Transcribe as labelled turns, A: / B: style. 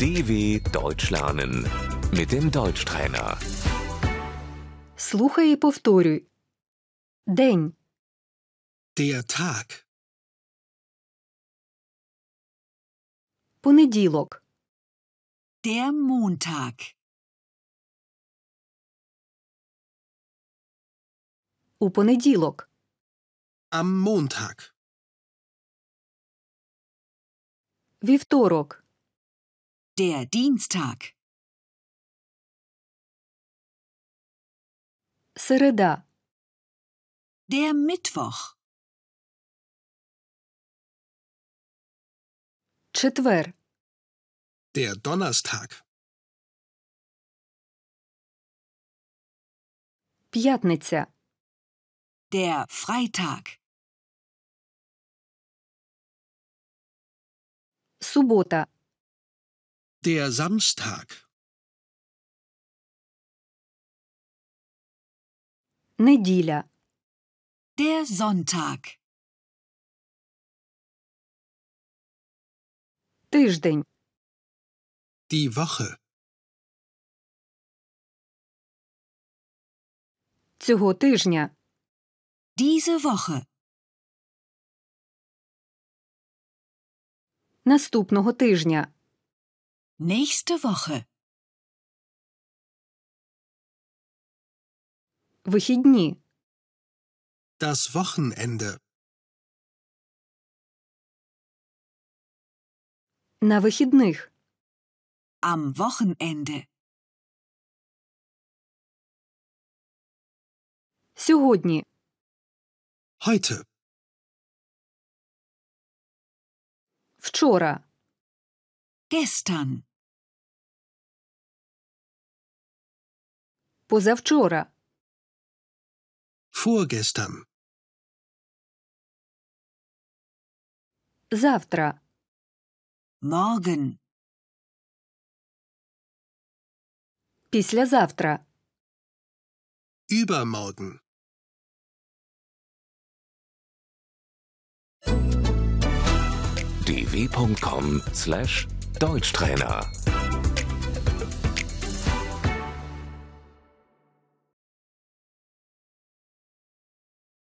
A: DW Deutsch lernen mit dem Deutschtrainer.
B: Слухай і повторюй. День,
C: Der Tag.
B: понеділок,
D: Der Montag.
B: у понеділок,
C: Am Montag.
B: вівторок,
D: Der Dienstag.
B: середа,
D: Der Mittwoch.
B: четвер,
C: Der Donnerstag.
B: п'ятниця,
D: Der Freitag.
B: субота,
C: Der Samstag.
B: неділя,
D: Der Sonntag.
B: тиждень,
C: Die Woche.
B: цього тижня,
D: Diese Woche.
B: наступного тижня,
D: Nächste Woche.
B: вихідні,
C: Das Wochenende.
B: на вихідних,
D: Am Wochenende.
B: сьогодні,
C: Heute.
B: вчора,
D: Gestern.
B: позавчора,
C: Vorgestern.
B: завтра,
D: Morgen.
B: післязавтра,
C: Übermorgen.
A: dw.com/deutschtrainer